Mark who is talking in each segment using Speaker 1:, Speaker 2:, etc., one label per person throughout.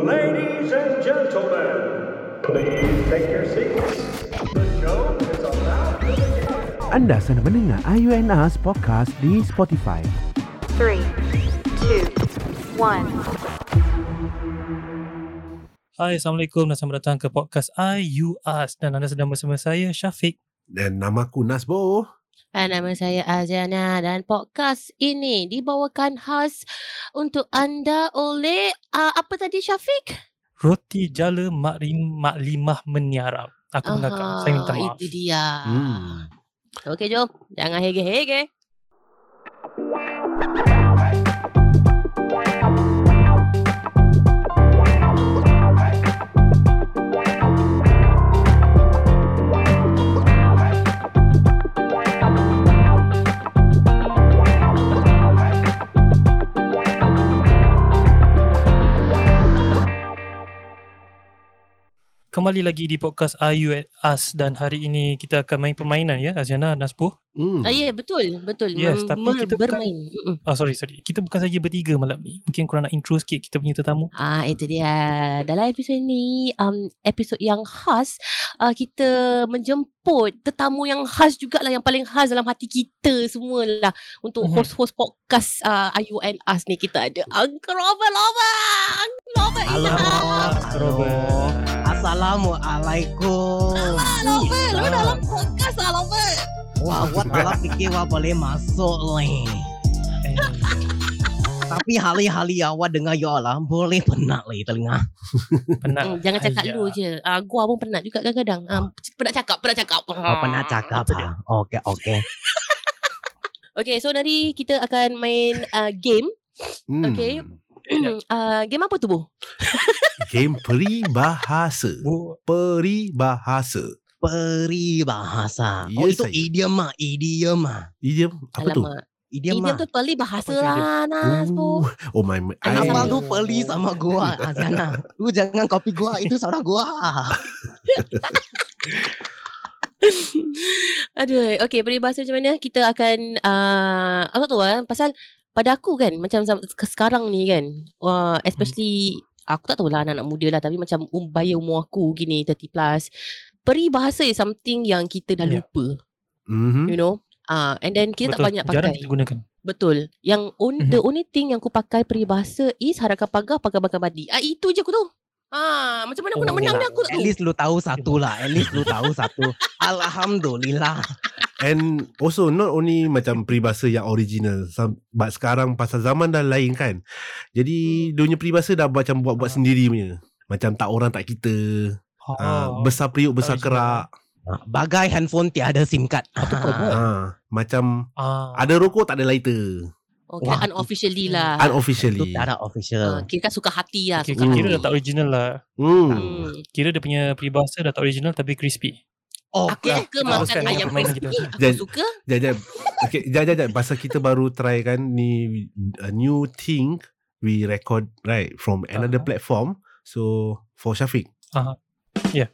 Speaker 1: Ladies and gentlemen, please take your seats. The show is about to begin.
Speaker 2: Anda sedang mendengar IUNA's podcast di Spotify.
Speaker 3: Three, two, one.
Speaker 4: Hai, Assalamualaikum dan selamat datang ke podcast IUAS dan anda sedang bersama saya Syafiq.
Speaker 2: Dan nama aku Nasbo.
Speaker 5: Ah, Nama saya Azana dan podcast ini dibawakan khas untuk anda oleh uh, apa tadi Syafiq?
Speaker 4: Roti Jala Mak, Rim, Mak Limah Meniarap. Aku uh mengakak. Saya minta maaf.
Speaker 5: Itu dia. Hmm. Okey jom, jangan hege-hege.
Speaker 4: Kembali lagi di podcast IUAS dan hari ini kita akan main permainan ya Aziana Naspo.
Speaker 5: Hmm. Ah, ya yeah, betul, betul.
Speaker 4: Yes,
Speaker 5: Mem-
Speaker 4: tapi
Speaker 5: mer-
Speaker 4: kita bukan-
Speaker 5: bermain. Mm-mm.
Speaker 4: Ah sorry sorry. Kita bukan saja bertiga malam ni. Mungkin korang nak intro sikit kita punya tetamu.
Speaker 5: Ah itu dia. Dalam episod ni um episod yang khas uh, kita menjemput tetamu yang khas jugalah yang paling khas dalam hati kita semualah untuk
Speaker 4: Mhm.
Speaker 5: host-host podcast uh, Ayu and Us ni kita ada Uncle Robert Lobang. Robert Alamak.
Speaker 4: Robert.
Speaker 6: Assalamualaikum.
Speaker 5: Robert, Robert dalam podcast lah Robert.
Speaker 6: Wah, awak telah fikir awak boleh masuk ni.
Speaker 4: Eh,
Speaker 6: Tapi hari-hari awak dengar ya Allah, boleh penat lagi telinga.
Speaker 4: penat.
Speaker 5: Hmm, jangan cakap
Speaker 4: Ayah.
Speaker 5: lu je. Uh, gua pun penat juga kadang-kadang. Uh, penat cakap, penat cakap.
Speaker 6: Awak penat cakap
Speaker 5: Itu dia.
Speaker 6: ah. Okey, okey.
Speaker 5: Okay, so nanti kita akan main uh, game.
Speaker 2: Hmm.
Speaker 5: Okey. uh, game apa tu, Bu?
Speaker 2: Game peribahasa.
Speaker 4: Bu,
Speaker 2: Peribahasa.
Speaker 6: Peribahasa.
Speaker 2: Ya,
Speaker 6: Oh, itu
Speaker 2: saya.
Speaker 6: idiom ah, idiom ah.
Speaker 2: Idiom apa tu?
Speaker 5: Alamak.
Speaker 6: Idiom
Speaker 5: Idiom
Speaker 6: ah.
Speaker 5: lah. tu paling bahasa
Speaker 4: Apa
Speaker 5: lah, Nas, Bu.
Speaker 2: Oh, oh my my.
Speaker 5: Anak
Speaker 6: Abang
Speaker 5: Alamak.
Speaker 2: I,
Speaker 6: tu peli sama gua Azana. Lu jangan copy gua, itu saudara gua.
Speaker 5: Aduh, okay, peribahasa macam mana? Kita akan, uh, aku tahu lah, pasal pada aku kan, macam sam- ke sekarang ni kan, wah,
Speaker 4: Hmm.
Speaker 5: especially, aku tak tahulah anak-anak muda lah, tapi macam um, bayar umur aku gini, 30 plus, peribahasa is something yang kita dah
Speaker 4: Ya. Hmm.
Speaker 5: lupa,
Speaker 2: mm-hmm.
Speaker 5: you know? Uh, and then kita tak banyak
Speaker 4: Jarang
Speaker 5: pakai.
Speaker 4: kita gunakan.
Speaker 5: Betul. Yang on,
Speaker 4: Mhm.
Speaker 5: the only thing yang aku pakai peribahasa is harakan pagar pagar bakar badi. Ah itu je aku tahu. Ah macam mana aku nak
Speaker 4: Oh.
Speaker 5: menang ni aku tak
Speaker 6: At
Speaker 5: tahu.
Speaker 6: least lu tahu satu lah. At least lu tahu satu. Alhamdulillah.
Speaker 2: And also not only macam peribahasa yang original. Some, but sekarang pasal zaman dah lain kan. Jadi dunia peribahasa dah macam buat-buat sendiri punya. Macam tak orang tak kita.
Speaker 4: Ha.
Speaker 2: Ah, besar periuk besar
Speaker 4: original.
Speaker 2: kerak.
Speaker 6: Bagai handphone tiada SIM card. Apa
Speaker 4: kau buat?
Speaker 2: Ah, macam
Speaker 4: Ah.
Speaker 2: ada rokok tak ada lighter.
Speaker 5: Okay,
Speaker 6: Wah.
Speaker 5: unofficially lah.
Speaker 6: Itu
Speaker 2: Unofficially.
Speaker 6: tak ada
Speaker 5: Ah,
Speaker 6: official.
Speaker 5: kira kan suka hati lah.
Speaker 4: Okay,
Speaker 5: suka
Speaker 2: Hmm.
Speaker 4: kira
Speaker 5: hati.
Speaker 4: dah tak original lah.
Speaker 2: Hmm.
Speaker 5: Hmm.
Speaker 4: Kira dia punya peribahasa dah tak original tapi crispy.
Speaker 6: Oh,
Speaker 5: Aku suka
Speaker 6: okay.
Speaker 4: kita
Speaker 5: makan
Speaker 4: teruskan
Speaker 5: ayam
Speaker 4: permainan
Speaker 5: crispy.
Speaker 4: kita.
Speaker 5: Aku
Speaker 2: Dan-
Speaker 5: suka.
Speaker 2: Jajak. Okay, jajak, jajak. Pasal kita baru try kan ni a new thing we record right from another
Speaker 4: Aha.
Speaker 2: platform. So for Syafiq.
Speaker 4: Aha. Ya.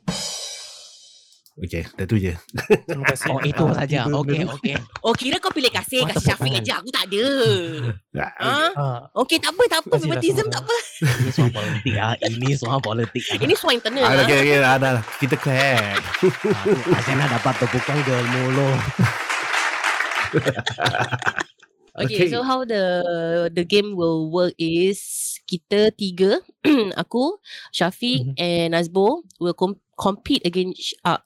Speaker 2: Okay, dah tu je.
Speaker 4: Terima kasih.
Speaker 6: Oh, itu
Speaker 4: Ah,
Speaker 6: saja.
Speaker 4: tiba-
Speaker 6: Okey, okey.
Speaker 5: Oh kira kau pilih kasih
Speaker 6: Mata
Speaker 5: kasih Syafiq
Speaker 6: potongan.
Speaker 5: aja. Aku tak ada.
Speaker 2: Ah,
Speaker 5: Ha?
Speaker 4: Ah,
Speaker 5: Okay tak apa tak apa.
Speaker 4: Kasihlah
Speaker 5: Favoritism
Speaker 4: sama-sama.
Speaker 5: tak apa.
Speaker 6: Ini soal politik ah. Ini soal politik. Ah.
Speaker 5: Ini soal internal.
Speaker 2: ah,
Speaker 5: ah.
Speaker 2: okay, okay, dah, dah, dah. Kita clap.
Speaker 6: Aduh, Azana dapat tepukan ke mulu.
Speaker 2: Okay.
Speaker 5: Okay, so how the the game will work is kita tiga, aku, Syafiq
Speaker 4: Mhm.
Speaker 5: and Nazbo will com- compete against uh,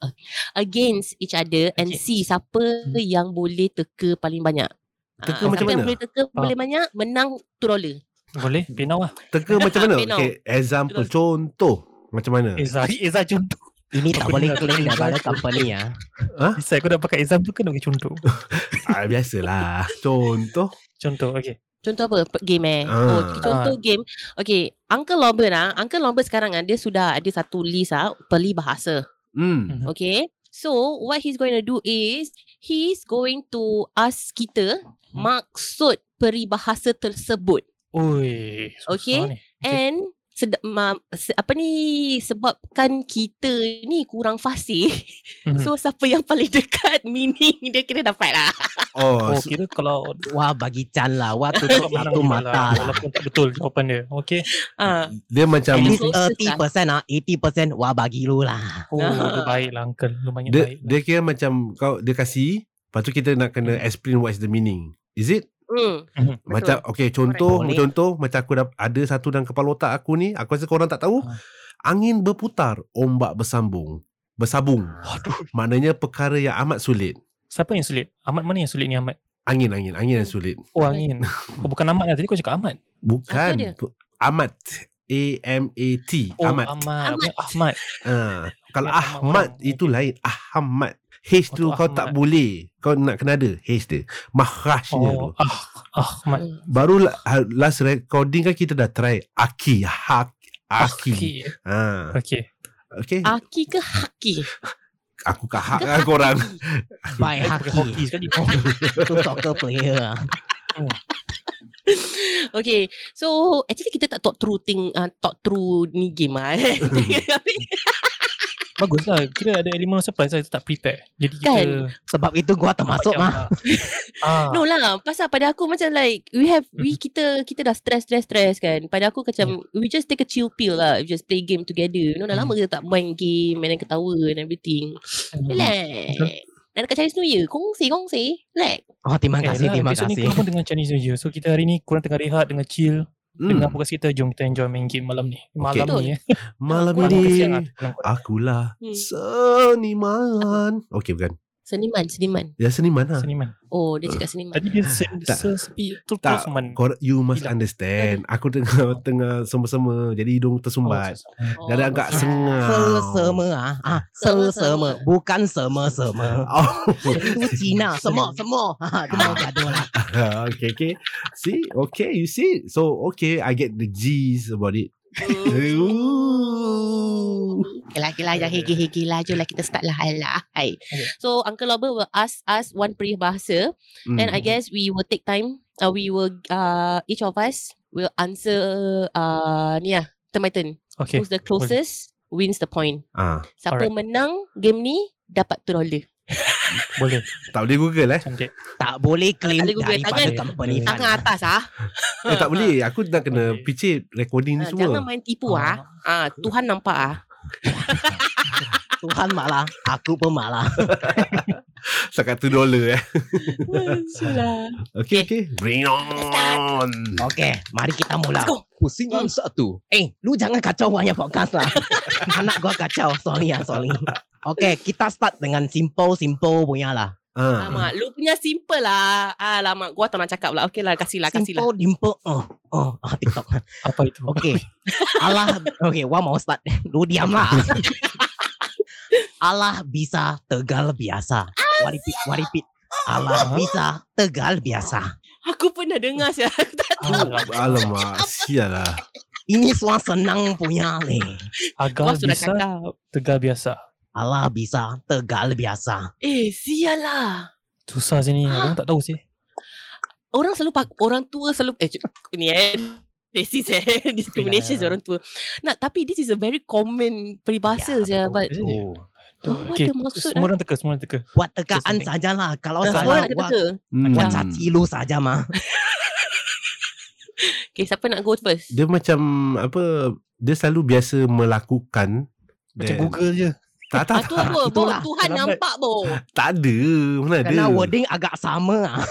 Speaker 5: against each other and
Speaker 4: Against.
Speaker 5: see siapa
Speaker 4: Mhm.
Speaker 5: yang boleh teka paling banyak.
Speaker 2: Teka
Speaker 5: Ah,
Speaker 2: macam
Speaker 5: siapa yang
Speaker 2: mana?
Speaker 5: boleh teka paling banyak menang tu dollar.
Speaker 4: boleh. Pinau lah.
Speaker 2: Teka macam mana?
Speaker 5: Penau.
Speaker 2: Okay, example. Contoh. Macam mana?
Speaker 4: Ezra. Ezra contoh.
Speaker 6: Ini tak boleh claim daripada company ya.
Speaker 4: Isa, kau nak pakai exam tu kena pakai contoh.
Speaker 2: Ah, biasalah. Contoh.
Speaker 4: Contoh, okay.
Speaker 5: Contoh apa? Pe- Game eh. Oh,
Speaker 2: Ah.
Speaker 5: contoh game. Okay, Uncle Lobber ah, Uncle Lobber sekarang ah, dia sudah ada satu list ah, perli bahasa.
Speaker 2: Hmm.
Speaker 5: Okay. So what he's going to do is he's going to ask kita maksud peribahasa tersebut.
Speaker 4: Ui. susah
Speaker 5: Okay.
Speaker 4: ni.
Speaker 5: And sedap, ma, se, apa ni sebabkan kita ni kurang fasih.
Speaker 4: Mhm.
Speaker 5: So siapa yang paling dekat meaning dia kira dapat lah.
Speaker 2: Oh,
Speaker 4: Oh,
Speaker 2: so,
Speaker 4: kira kalau
Speaker 6: Wah bagi can lah Wah tutup
Speaker 4: menang
Speaker 6: satu
Speaker 4: juga
Speaker 6: mata lah
Speaker 4: Walaupun tak betul jawapan dia. Okey.
Speaker 5: Ah,
Speaker 2: dia macam
Speaker 5: At least-
Speaker 6: This 30% lah 80% Wah bagi lu lah
Speaker 4: Oh, dia baiklah uncle. Lumayan
Speaker 2: dia,
Speaker 4: baik. lah.
Speaker 2: dia kira macam kau dia kasi, lepas tu kita nak
Speaker 4: Hmm.
Speaker 2: kena explain what is the meaning. Is it?
Speaker 5: mm. Betul.
Speaker 2: Macam okay contoh
Speaker 6: Correct.
Speaker 2: contoh macam aku dah ada satu dalam kepala otak aku ni aku rasa korang tak tahu
Speaker 4: Ha.
Speaker 2: angin berputar ombak bersambung bersabung
Speaker 4: Aduh.
Speaker 2: maknanya perkara yang amat sulit
Speaker 4: Siapa yang sulit? Ahmad mana yang sulit ni Ahmad?
Speaker 2: angin angin angin yang sulit
Speaker 4: Oh angin. Oh, bukan Ahmad lah. Tadi kau cakap Ahmad.
Speaker 5: Apa dia?
Speaker 2: bukan P- amat A M A T
Speaker 4: Oh,
Speaker 2: amat
Speaker 4: Ahmad.
Speaker 5: Ahmad.
Speaker 4: Ahmad. Ahmad.
Speaker 2: Ah, kalau
Speaker 4: Ahmad,
Speaker 2: Ahmad
Speaker 4: Ahmad.
Speaker 2: itu lain Ahmad H tu
Speaker 4: Oh, tu
Speaker 2: kau tak
Speaker 4: Ahmad.
Speaker 2: boleh kau nak kena ada H dia mahrajnya tu
Speaker 4: Oh, ah, Ahmad.
Speaker 2: baru la- ha- last recording kan kita dah try Aki Hak Aki,
Speaker 4: Aki.
Speaker 2: Ah,
Speaker 4: Okey.
Speaker 2: okay.
Speaker 5: Aki ke haki?
Speaker 2: Aku kahak
Speaker 5: Ke
Speaker 2: lah korang
Speaker 5: haki?
Speaker 4: Aku
Speaker 6: By
Speaker 4: pakai hoki
Speaker 6: Haki
Speaker 4: sekali.
Speaker 6: Tu ah. soccer player ah.
Speaker 5: Okay, so actually kita tak talk through thing, uh, talk through ni game lah. eh.
Speaker 4: Bagus lah. Kira ada elemen surprise lah. Kita tak prepare. Jadi kita...
Speaker 5: Kan? Ah, lah.
Speaker 6: Sebab itu gua termasuk mah
Speaker 4: Ah.
Speaker 5: no lah, pasal pada aku macam like we have we kita kita dah stress stress stress kan. Pada aku macam we just take a chill pill lah, we just play game together. You know, dah lama kita tak main game and then ketawa and everything. Relax. Dan dekat Chinese New Year, kongsi kongsi. Relax.
Speaker 6: Oh terima
Speaker 4: Eh,
Speaker 6: kasih
Speaker 4: lah,
Speaker 6: Terima
Speaker 4: besok ni
Speaker 6: kasih
Speaker 4: korang pun dengan Chinese New Year. So kita hari ni kurang tengah rehat dengan chill. Dengan
Speaker 2: hmm.
Speaker 4: fokus kita jom kita enjoy main game malam ni. Malam
Speaker 5: Betul.
Speaker 4: ni eh.
Speaker 2: Malam
Speaker 5: Malam
Speaker 2: ini
Speaker 4: kesian lah, malam-
Speaker 2: Akulah
Speaker 5: Hmm.
Speaker 2: Seniman Okay bukan
Speaker 5: Seniman, seniman.
Speaker 2: Ya seniman lah
Speaker 4: Seniman.
Speaker 5: Oh, dia cakap seniman.
Speaker 4: Tadi dia se-
Speaker 2: Tak.
Speaker 4: sesepi terus
Speaker 2: Tak.
Speaker 4: seman.
Speaker 2: Kor- You must
Speaker 4: Hilang.
Speaker 2: understand Aku tengah Tengah sema-sema Jadi hidung tersumbat
Speaker 5: Oh,
Speaker 2: Dah agak
Speaker 5: pasal-
Speaker 2: sengau
Speaker 6: Sel-sema ah. ah Sel-sema Bukan sema-sema
Speaker 2: Oh
Speaker 6: Itu Cina Semua-semua ha, Dia mau gaduh lah
Speaker 2: Okay okay See Okay you see So okay I get the G's about it Ooh.
Speaker 5: Okay lah, okay lah. Jangan hege-hege lah. Jomlah kita start lah. Alah. Hai.
Speaker 4: Okay.
Speaker 5: So, Uncle Lover will ask us one peribahasa.
Speaker 2: Hmm.
Speaker 5: And I guess we will take time. Uh, we will, uh, each of us will answer uh, ni lah. Turn by turn.
Speaker 4: Okay.
Speaker 5: Who's the closest wins the point.
Speaker 2: ah,
Speaker 5: Siapa
Speaker 4: Alright.
Speaker 5: menang game ni dapat $2. dollar.
Speaker 4: Boleh.
Speaker 2: Tak boleh google eh
Speaker 4: Cantik.
Speaker 6: Tak boleh claim
Speaker 5: Tak boleh google
Speaker 6: Daripada
Speaker 4: tangan.
Speaker 6: company
Speaker 4: Tangan
Speaker 5: Tangan
Speaker 6: fund
Speaker 5: atas ah.
Speaker 2: eh, Tak boleh Aku dah kena
Speaker 4: Okay.
Speaker 2: Picit recording ni
Speaker 5: Ah,
Speaker 2: semua
Speaker 5: jangan main tipu ah. Ah, Tuhan nampak ah.
Speaker 6: Tuhan malah Aku pun malah
Speaker 2: Setakat tu dollar eh
Speaker 5: Sulah.
Speaker 2: Okay okay Bring on
Speaker 6: Okey, mari kita mula.
Speaker 5: Let's go. Hmm.
Speaker 6: Pusingan satu. Eh, lu jangan kacau banyak podcast lah. Anak gua kacau. Sorry ya, sorry. Okey, kita start dengan simple-simple punya lah.
Speaker 2: ah.
Speaker 5: Alamak, lu punya simple lah. Alamak, gua tak nak cakap lah. Okey lah, kasih lah, kasih lah.
Speaker 6: Simple, dimple. Oh, oh, ah, TikTok.
Speaker 4: Apa itu? Ah,
Speaker 6: Okey. Allah, okey, gua mau start. Lu diam lah. Allah bisa tegal biasa. Waripit, waripit. Allah bisa tegal biasa.
Speaker 5: Aku pernah dengar saya.
Speaker 4: Alah,
Speaker 2: Alamak Sial lah
Speaker 6: Ini suara senang punya leh.
Speaker 4: Agar
Speaker 5: Kau sudah
Speaker 4: bisa
Speaker 5: cakap.
Speaker 4: tegar biasa.
Speaker 6: Allah bisa tegal biasa.
Speaker 5: Eh, sialah.
Speaker 4: Susah sini.
Speaker 5: Ah.
Speaker 4: Orang tak tahu sih.
Speaker 5: Orang selalu pak orang tua selalu eh cik, ni eh racist eh
Speaker 4: Ya,
Speaker 5: discrimination yeah,
Speaker 4: ya, ya.
Speaker 5: orang tua. Nah, tapi this is a very common peribahasa yeah,
Speaker 6: Ya, betul.
Speaker 5: but
Speaker 2: Oh
Speaker 4: Tu,
Speaker 5: Apa
Speaker 4: okey,
Speaker 5: dia maksud, ah?
Speaker 4: Semua orang teka, semua orang teka.
Speaker 6: Buat tegaan
Speaker 4: Just
Speaker 6: sajalah. Kalau
Speaker 4: Ya,
Speaker 5: semua
Speaker 6: Oh, salah,
Speaker 5: ada
Speaker 6: buat
Speaker 5: betul.
Speaker 2: hmm.
Speaker 6: buat caci lu saja mah.
Speaker 5: Okay, siapa nak go first?
Speaker 2: Dia macam Apa Dia selalu biasa melakukan
Speaker 4: Macam
Speaker 2: Then-
Speaker 4: Google je.
Speaker 2: Tak tak
Speaker 5: Ah, tu
Speaker 2: tak,
Speaker 5: apa? Bo,
Speaker 6: itulah.
Speaker 5: Tuhan
Speaker 4: Terlambat.
Speaker 5: nampak bo.
Speaker 2: tak ada Mana ada
Speaker 6: Karena wording agak sama ah.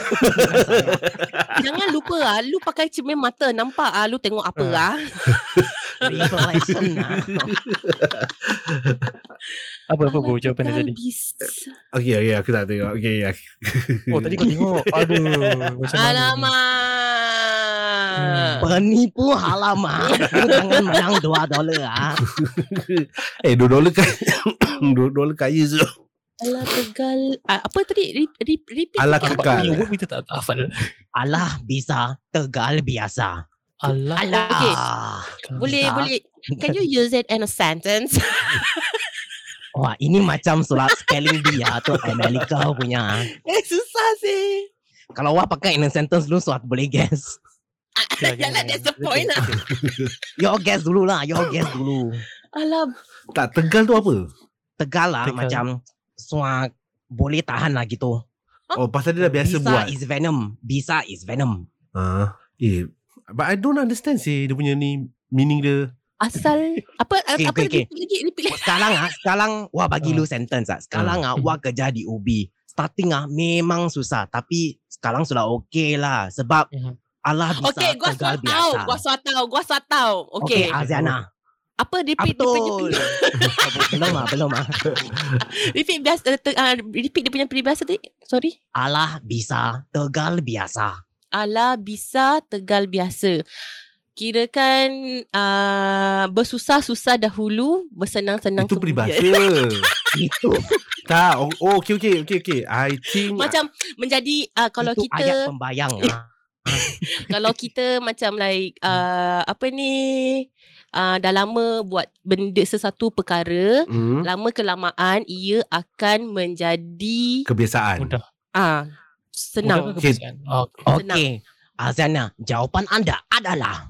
Speaker 5: Jangan lupa ah, lu pakai cermin mata nampak ah lu tengok apa
Speaker 4: Ah.
Speaker 5: ah.
Speaker 6: Reflection ah.
Speaker 4: Apa apa bu jawapan dia tadi.
Speaker 2: Okay okay aku tak tengok Okay ya.
Speaker 4: Oh tadi kau tengok. Aduh. Macam mana ni?
Speaker 6: Hmm.
Speaker 5: Alamak.
Speaker 6: Penipu halaman. Lu jangan menang 2 dolar ah.
Speaker 2: Eh 2 dolar kaya 2 dolar kaya je
Speaker 5: Ala tegal ah, apa tadi Re- re- repeat
Speaker 2: Ala
Speaker 5: sikit.
Speaker 4: Nampak
Speaker 2: Tegal.
Speaker 4: punya word kita tak tak hafal.
Speaker 6: Allah bisa tegal biasa. Ah.
Speaker 4: Allah.
Speaker 6: Allah.
Speaker 5: Okey.
Speaker 4: Tegal.
Speaker 5: Boleh
Speaker 6: Tak.
Speaker 5: boleh Can you use it in a sentence?
Speaker 6: Wah, ini macam surat spelling dia tu Amerika punya. ah.
Speaker 5: eh susah sih
Speaker 6: Kalau wah pakai in a sentence lu surat boleh guess.
Speaker 4: Okay, okay,
Speaker 5: Yalah,
Speaker 4: okay.
Speaker 5: that's the point lah.
Speaker 6: Your guess dulu lah Your guess dulu
Speaker 5: Alam.
Speaker 2: Tak Tegal tu apa?
Speaker 6: Tegal lah
Speaker 4: Tegal.
Speaker 6: macam Sua Boleh tahan lah gitu
Speaker 2: Oh pasal dia dah biasa
Speaker 6: Bisa
Speaker 2: buat.
Speaker 6: is venom Bisa is venom
Speaker 2: Ah, eh, but I don't understand sih dia punya ni meaning dia.
Speaker 5: Asal apa
Speaker 6: Okay,
Speaker 5: apa
Speaker 6: okay,
Speaker 5: lagi
Speaker 6: okay.
Speaker 5: lagi repeat lagi.
Speaker 6: Sekarang ah, sekarang wah bagi
Speaker 4: Ah.
Speaker 6: lu sentence ah. Sekarang ah wah kerja di UB. Starting ah memang susah tapi sekarang sudah okey lah sebab
Speaker 4: Mhm.
Speaker 6: Allah bisa
Speaker 5: Okay, gua
Speaker 6: gagal
Speaker 5: swatau, gua swatau, gua swatau.
Speaker 6: Okey,
Speaker 5: Okay.
Speaker 6: Aziana.
Speaker 5: Apa
Speaker 6: Ah,
Speaker 5: repeat dia punya
Speaker 6: betul. belum ah, belum ah.
Speaker 5: repeat biasa uh, te, uh, repeat dia punya peribahasa tadi? Sorry.
Speaker 6: Allah bisa tegal biasa.
Speaker 5: Ala bisa tegal biasa. Kirakan uh, bersusah-susah dahulu, bersenang-senang
Speaker 2: Itu
Speaker 5: kemudian.
Speaker 2: peribahasa.
Speaker 6: Itu
Speaker 2: tak. Oh, oh okay, okay, okay, okay. I think
Speaker 5: Macam menjadi uh, kalau
Speaker 6: itu
Speaker 5: kita
Speaker 6: ayat pembayang. ah.
Speaker 5: kalau kita macam like uh, apa ni uh, dah lama buat benda sesuatu perkara
Speaker 2: hmm,
Speaker 5: lama kelamaan ia akan menjadi
Speaker 2: kebiasaan.
Speaker 4: Mudah.
Speaker 5: ah
Speaker 4: Mudah
Speaker 5: senang
Speaker 4: ke kebiasaan? Oh,
Speaker 6: Okey. Aziana, jawapan anda adalah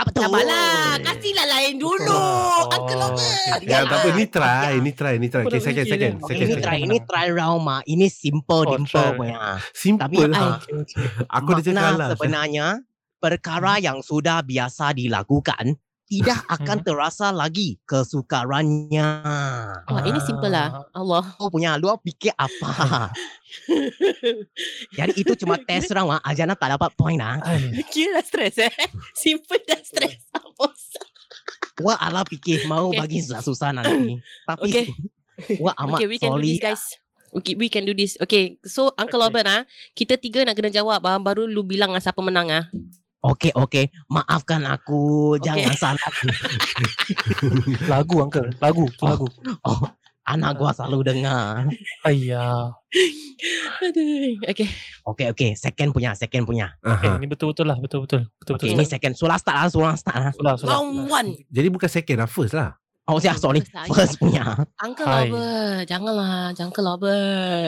Speaker 6: apa tu?
Speaker 5: Sabarlah Kasihlah lain dulu
Speaker 4: Oh,
Speaker 5: Uncle Logan
Speaker 4: okay.
Speaker 2: Ya, tak apa ni try,
Speaker 6: Okay.
Speaker 2: ni try, ni try.
Speaker 4: Aku
Speaker 2: Okay,
Speaker 4: dah
Speaker 2: second,
Speaker 4: fikir
Speaker 2: second,
Speaker 4: dah.
Speaker 2: second,
Speaker 6: ini
Speaker 4: Okay,
Speaker 2: second.
Speaker 6: try,
Speaker 4: okay.
Speaker 6: ini try round ma. Ini simple
Speaker 4: Oh,
Speaker 6: dimple
Speaker 4: try.
Speaker 6: punya. ah.
Speaker 2: Simple
Speaker 6: Tapi
Speaker 2: lah.
Speaker 6: ah,
Speaker 4: okay, okay.
Speaker 2: Aku dah
Speaker 6: Makna
Speaker 2: cakap lah.
Speaker 6: sebenarnya perkara
Speaker 5: Hmm.
Speaker 6: yang sudah biasa dilakukan tidak akan terasa lagi kesukarannya.
Speaker 5: Wah, ini simple lah Allah
Speaker 6: Kau punya lu fikir apa? Jadi itu cuma test round ah. Ajana tak dapat point ah.
Speaker 4: Ay,
Speaker 5: Kira dah stress eh Simple dah stress
Speaker 6: Wah ala fikir mau
Speaker 5: Okay.
Speaker 6: bagi susah-susah nanti. Tapi
Speaker 5: Okay.
Speaker 6: Wah amat
Speaker 5: Okay we can do
Speaker 6: sorry.
Speaker 5: this guys Okay, we can do this. Okay, so Uncle
Speaker 4: Okay.
Speaker 5: Logan ah, kita tiga nak kena jawab ah, baru lu bilang ah, siapa menang ah.
Speaker 6: Okey okey, maafkan aku.
Speaker 5: Okay.
Speaker 6: Jangan salah.
Speaker 4: lagu uncle, lagu, lagu.
Speaker 6: Oh, Anak gua selalu dengar.
Speaker 4: Ayah.
Speaker 5: Aduh. Okay.
Speaker 6: Okey okey, second punya, second punya.
Speaker 4: Okay,
Speaker 2: Aha.
Speaker 4: ini betul-betul lah, betul-betul. Betul-betul.
Speaker 6: Okey, ini second. Sulah start lah, sulah start lah.
Speaker 4: Sulah, sulah.
Speaker 5: Round one.
Speaker 2: Jadi bukan second lah, first lah.
Speaker 6: Oh, siap, sorry.
Speaker 5: First lah,
Speaker 6: First punya.
Speaker 5: Uncle
Speaker 4: Hai.
Speaker 5: Lover. Janganlah. Jangan Lover.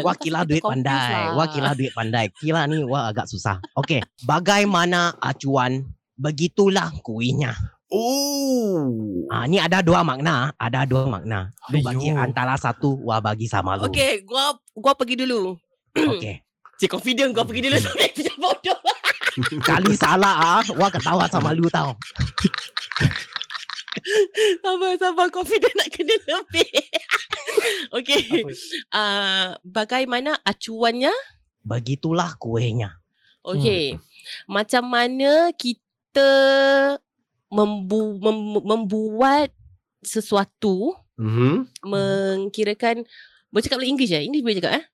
Speaker 6: Wah kila lah duit
Speaker 5: lah.
Speaker 6: pandai. Wah kila duit pandai. Kila ni wah agak susah. Okey, bagaimana acuan begitulah kuinya.
Speaker 2: Oh.
Speaker 6: Ah ni ada dua makna, ada dua makna. Lu bagi
Speaker 4: Ayuh.
Speaker 6: antara satu, wah bagi sama lu.
Speaker 5: Okay. Gua, gua pergi dulu.
Speaker 6: Okey.
Speaker 5: Cik confident gua pergi dulu. Sampai macam bodoh.
Speaker 6: Kali salah ah, wah ketawa sama lu tau.
Speaker 5: Sabar, sabar. Confident nak kena lebih. okay.
Speaker 4: Apa?
Speaker 5: Uh, bagaimana acuannya?
Speaker 6: Begitulah kuenya.
Speaker 5: Okay. Macam mana kita membu- mem- membuat sesuatu
Speaker 2: Mhm.
Speaker 5: mengkirakan boleh cakap dalam English ya? English boleh cakap eh?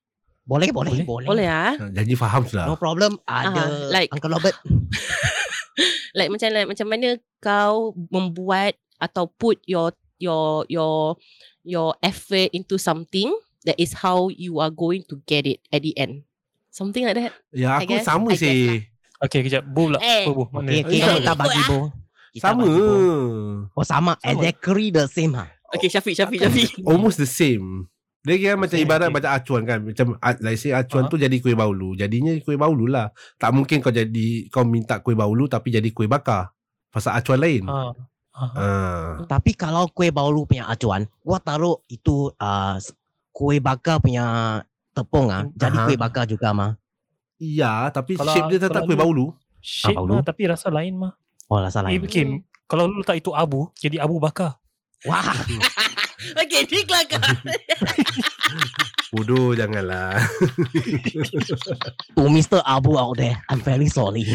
Speaker 6: Boleh, boleh,
Speaker 4: Boleh.
Speaker 6: boleh.
Speaker 5: Boleh ah.
Speaker 2: Janji faham sudah.
Speaker 6: No problem. Ada
Speaker 5: Ah, like-
Speaker 6: Uncle Robert.
Speaker 5: like macam like, macam mana kau membuat atau put your your your your effort into something that is how you are going to get it at the end. Something like that.
Speaker 2: Ya,
Speaker 5: I
Speaker 2: aku
Speaker 5: guess- I
Speaker 2: sama
Speaker 5: guess lah.
Speaker 2: sih.
Speaker 4: Okay, kejap. Bo pula.
Speaker 5: Eh.
Speaker 4: Bo, bo. Mana?
Speaker 6: Okey,
Speaker 5: Eh,
Speaker 6: kita, kita
Speaker 5: ikut
Speaker 6: bagi
Speaker 5: ah.
Speaker 6: bo. Kita
Speaker 2: Sama.
Speaker 6: bagi bo. Oh sama, exactly the same ha.
Speaker 5: Okay, Syafiq, Syafiq, Syafiq.
Speaker 2: almost the same. Dia kira macam
Speaker 4: Okay,
Speaker 2: ibarat
Speaker 4: okay.
Speaker 2: macam acuan kan. Macam ah, like say acuan
Speaker 4: Ah.
Speaker 2: tu jadi kuih baulu. Jadinya kuih baulu lah. Tak mungkin kau jadi kau minta kuih baulu tapi jadi kuih bakar. Pasal acuan lain.
Speaker 4: Ha. Ha.
Speaker 2: Ah.
Speaker 6: Tapi kalau kuih baulu punya acuan, gua taruh itu uh, s- kuih bakar punya tepung ah. Jadi
Speaker 2: Aha.
Speaker 6: kuih bakar juga mah.
Speaker 2: Ya, tapi
Speaker 4: Kalau-
Speaker 2: shape dia tetap
Speaker 4: kalau
Speaker 2: kuih
Speaker 4: ni-
Speaker 2: baulu.
Speaker 4: Shape
Speaker 6: Apa
Speaker 4: mah,
Speaker 6: lu?
Speaker 4: tapi rasa lain mah.
Speaker 6: Oh lah salah.
Speaker 4: Eh, okay. Kalau lu letak itu abu, jadi abu bakar.
Speaker 6: Wah,
Speaker 5: okay, ni kelakar.
Speaker 2: Bodoh janganlah.
Speaker 6: to Mr. Abu out there, I'm very sorry.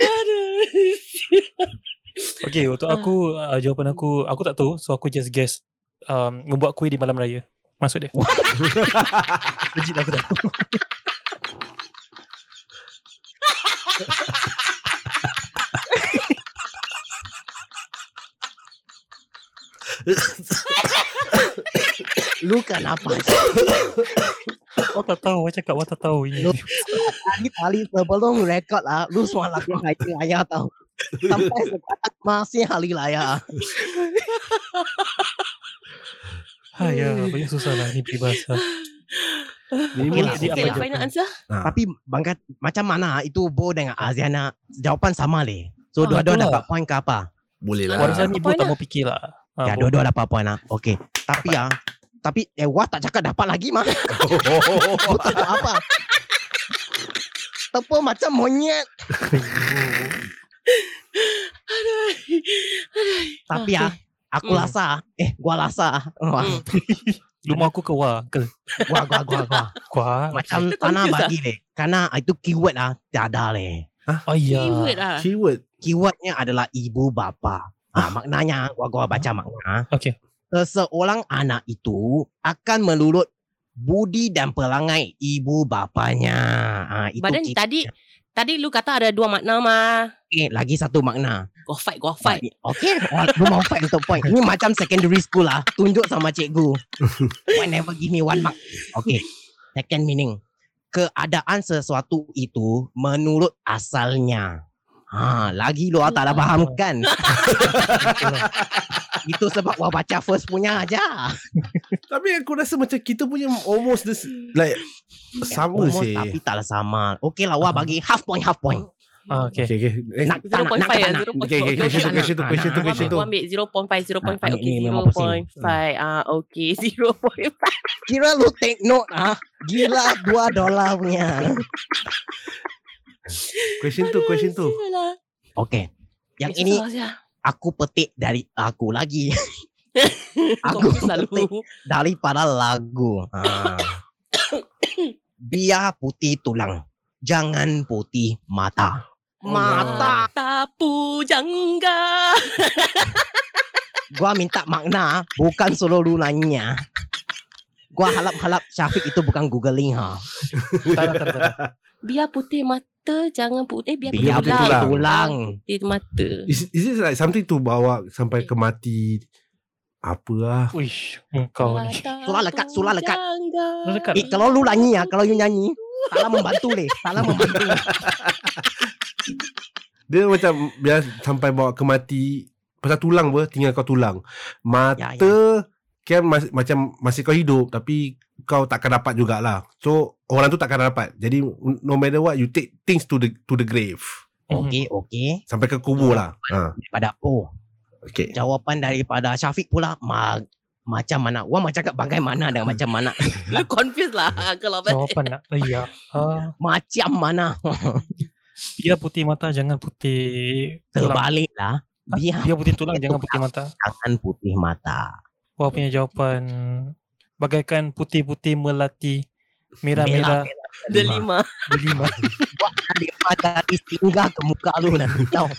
Speaker 5: Aduh.
Speaker 4: Okay, untuk
Speaker 5: Ah.
Speaker 4: aku, uh, jawapan aku, aku tak tahu. So, aku just guess. Um, membuat kuih di malam raya. Maksud dia. Legit aku tak tahu.
Speaker 6: Lu kenapa?
Speaker 4: Awak tak tahu. Awak cakap awak tak tahu ini.
Speaker 6: Lu tadi-tadi sebelum rekod lah, lu semua lagu hari raya tau. Sampai sekarang masih hari raya.
Speaker 4: Ha, ya. Banyak susah lah ni peribahasa.
Speaker 2: Minimum
Speaker 4: lah, dia
Speaker 5: Okay, okay
Speaker 4: apa
Speaker 5: lah,
Speaker 4: je.
Speaker 5: final answer.
Speaker 2: Ah.
Speaker 6: Tapi bangkat macam mana ah, itu Bo dengan Aziana jawapan sama leh. So
Speaker 4: Ah,
Speaker 6: dua-dua
Speaker 4: itulah.
Speaker 6: dapat point ke apa?
Speaker 2: Boleh lah
Speaker 4: Warisan ibu
Speaker 5: Apa
Speaker 4: tak
Speaker 5: nak?
Speaker 4: mau fikir lah. Ha,
Speaker 6: Ya dua-dua dapat point lah. Okey. Tapi ah tapi eh wah tak cakap dapat lagi mah. Bo tak buat apa. Tepa macam monyet. Tapi ah aku
Speaker 5: Hmm.
Speaker 6: rasa eh gua rasa ah. wah
Speaker 5: Hmm.
Speaker 4: Rumah aku ke wah ke?
Speaker 6: gua gua gua gua
Speaker 4: Wah.
Speaker 6: macam
Speaker 5: Kita
Speaker 6: tanah
Speaker 5: confused ah.
Speaker 6: bagi leh. Karena itu keyword ah tiada leh. Ya.
Speaker 4: Ayah.
Speaker 5: Keyword lah.
Speaker 2: Keyword
Speaker 6: Keywordnya adalah ibu bapa. Ah, maknanya, gua gua baca makna. ah.
Speaker 4: Okey.
Speaker 6: Seseorang anak itu akan melulut budi dan perangai ibu bapanya. Ah, itu
Speaker 5: Badan
Speaker 6: kita
Speaker 5: tadi tadi lu kata ada dua makna mah.
Speaker 6: lagi satu makna.
Speaker 5: Go fight, go fight.
Speaker 6: Okay, oh, lu mau fight untuk point. Ini macam secondary school lah. Tunjuk sama cikgu. Why never give me one mark? Okay. Second meaning. Keadaan sesuatu itu menurut asalnya. Ha, lagi lu tak ada faham kan? Itu sebab gua baca first punya aja.
Speaker 2: Tapi aku rasa macam Kita punya almost this, Like Sama
Speaker 6: Almost
Speaker 2: sih
Speaker 6: Tapi tak sama. Okay lah, wah bagi half point, half point.
Speaker 4: Ah, okay.
Speaker 2: Okay, okay. Eh,
Speaker 6: Nak, tak
Speaker 5: 0.5
Speaker 6: nak, nak,
Speaker 5: ya,
Speaker 6: tak nak.
Speaker 5: 0.5.
Speaker 2: Okay, okay, question tu, question tu, question tu,
Speaker 5: Aku
Speaker 2: question tu.
Speaker 5: ambil, aku ambil 0.5, 0.5.
Speaker 6: Ah,
Speaker 5: okay,
Speaker 6: ini memang pusing.
Speaker 5: 0.5. Ah, okay, 0.5.
Speaker 6: Kira lu take note ah. Gila 2 dolar punya.
Speaker 2: Question tu, question tu.
Speaker 5: Sialah.
Speaker 6: Okay. Yang
Speaker 5: Eh,
Speaker 6: ini
Speaker 5: lah. susah sial.
Speaker 6: aku petik dari aku lagi. aku
Speaker 5: Confuse
Speaker 6: petik
Speaker 5: selalu.
Speaker 6: daripada lagu.
Speaker 2: Ah.
Speaker 6: Ha. Biar putih tulang, jangan putih mata.
Speaker 5: Oh,
Speaker 4: Oh,
Speaker 6: Mata.
Speaker 5: Tapu jangga.
Speaker 6: Gua minta makna, bukan seluruhnya. Gua halap-halap Syafiq itu bukan googling ha.
Speaker 4: Tak, tak, tak, tak, tak.
Speaker 5: Biar putih mata, jangan putih. Eh, biar
Speaker 2: Biar
Speaker 5: putih
Speaker 2: putih
Speaker 5: tulang.
Speaker 6: tulang.
Speaker 5: Putih mata.
Speaker 2: Is, is it like something to bawa sampai ke mati? Apa lah?
Speaker 4: Uish, engkau ni.
Speaker 6: Surah lekat, surah lekat.
Speaker 4: Surah lekat.
Speaker 6: Eh kalau lu nyanyi ah, kalau you nyanyi, salah membantu leh, salah membantu.
Speaker 2: Dia macam biar sampai bawa ke mati pasal tulang apa tinggal kau tulang. Mata
Speaker 6: Ya,
Speaker 2: kan mas, macam masih kau hidup tapi kau takkan dapat jugalah. So orang tu takkan dapat. Jadi no matter what you take things to the to the grave.
Speaker 4: Hmm.
Speaker 6: Okey, okey.
Speaker 2: Sampai ke kubur lah. Ha.
Speaker 6: Hmm. Daripada oh,
Speaker 2: Okay.
Speaker 6: jawapan daripada Syafiq pula ma- macam mana? Wah macam kat bagai mana dan macam mana?
Speaker 5: Lu confused lah kalau apa.
Speaker 4: Jawapan nak. Ayah. Ah,
Speaker 6: macam mana?
Speaker 4: biar putih mata, jangan putih tulang.
Speaker 6: Terbalik lah.
Speaker 4: Ah,
Speaker 6: Biar
Speaker 4: Biar putih tulang, jangan putih mata.
Speaker 6: tangan putih mata.
Speaker 4: Wah punya jawapan bagaikan putih-putih melati merah-merah
Speaker 5: Delima.
Speaker 4: delima.
Speaker 6: Daripada dari singgah ke muka lu nanti tau.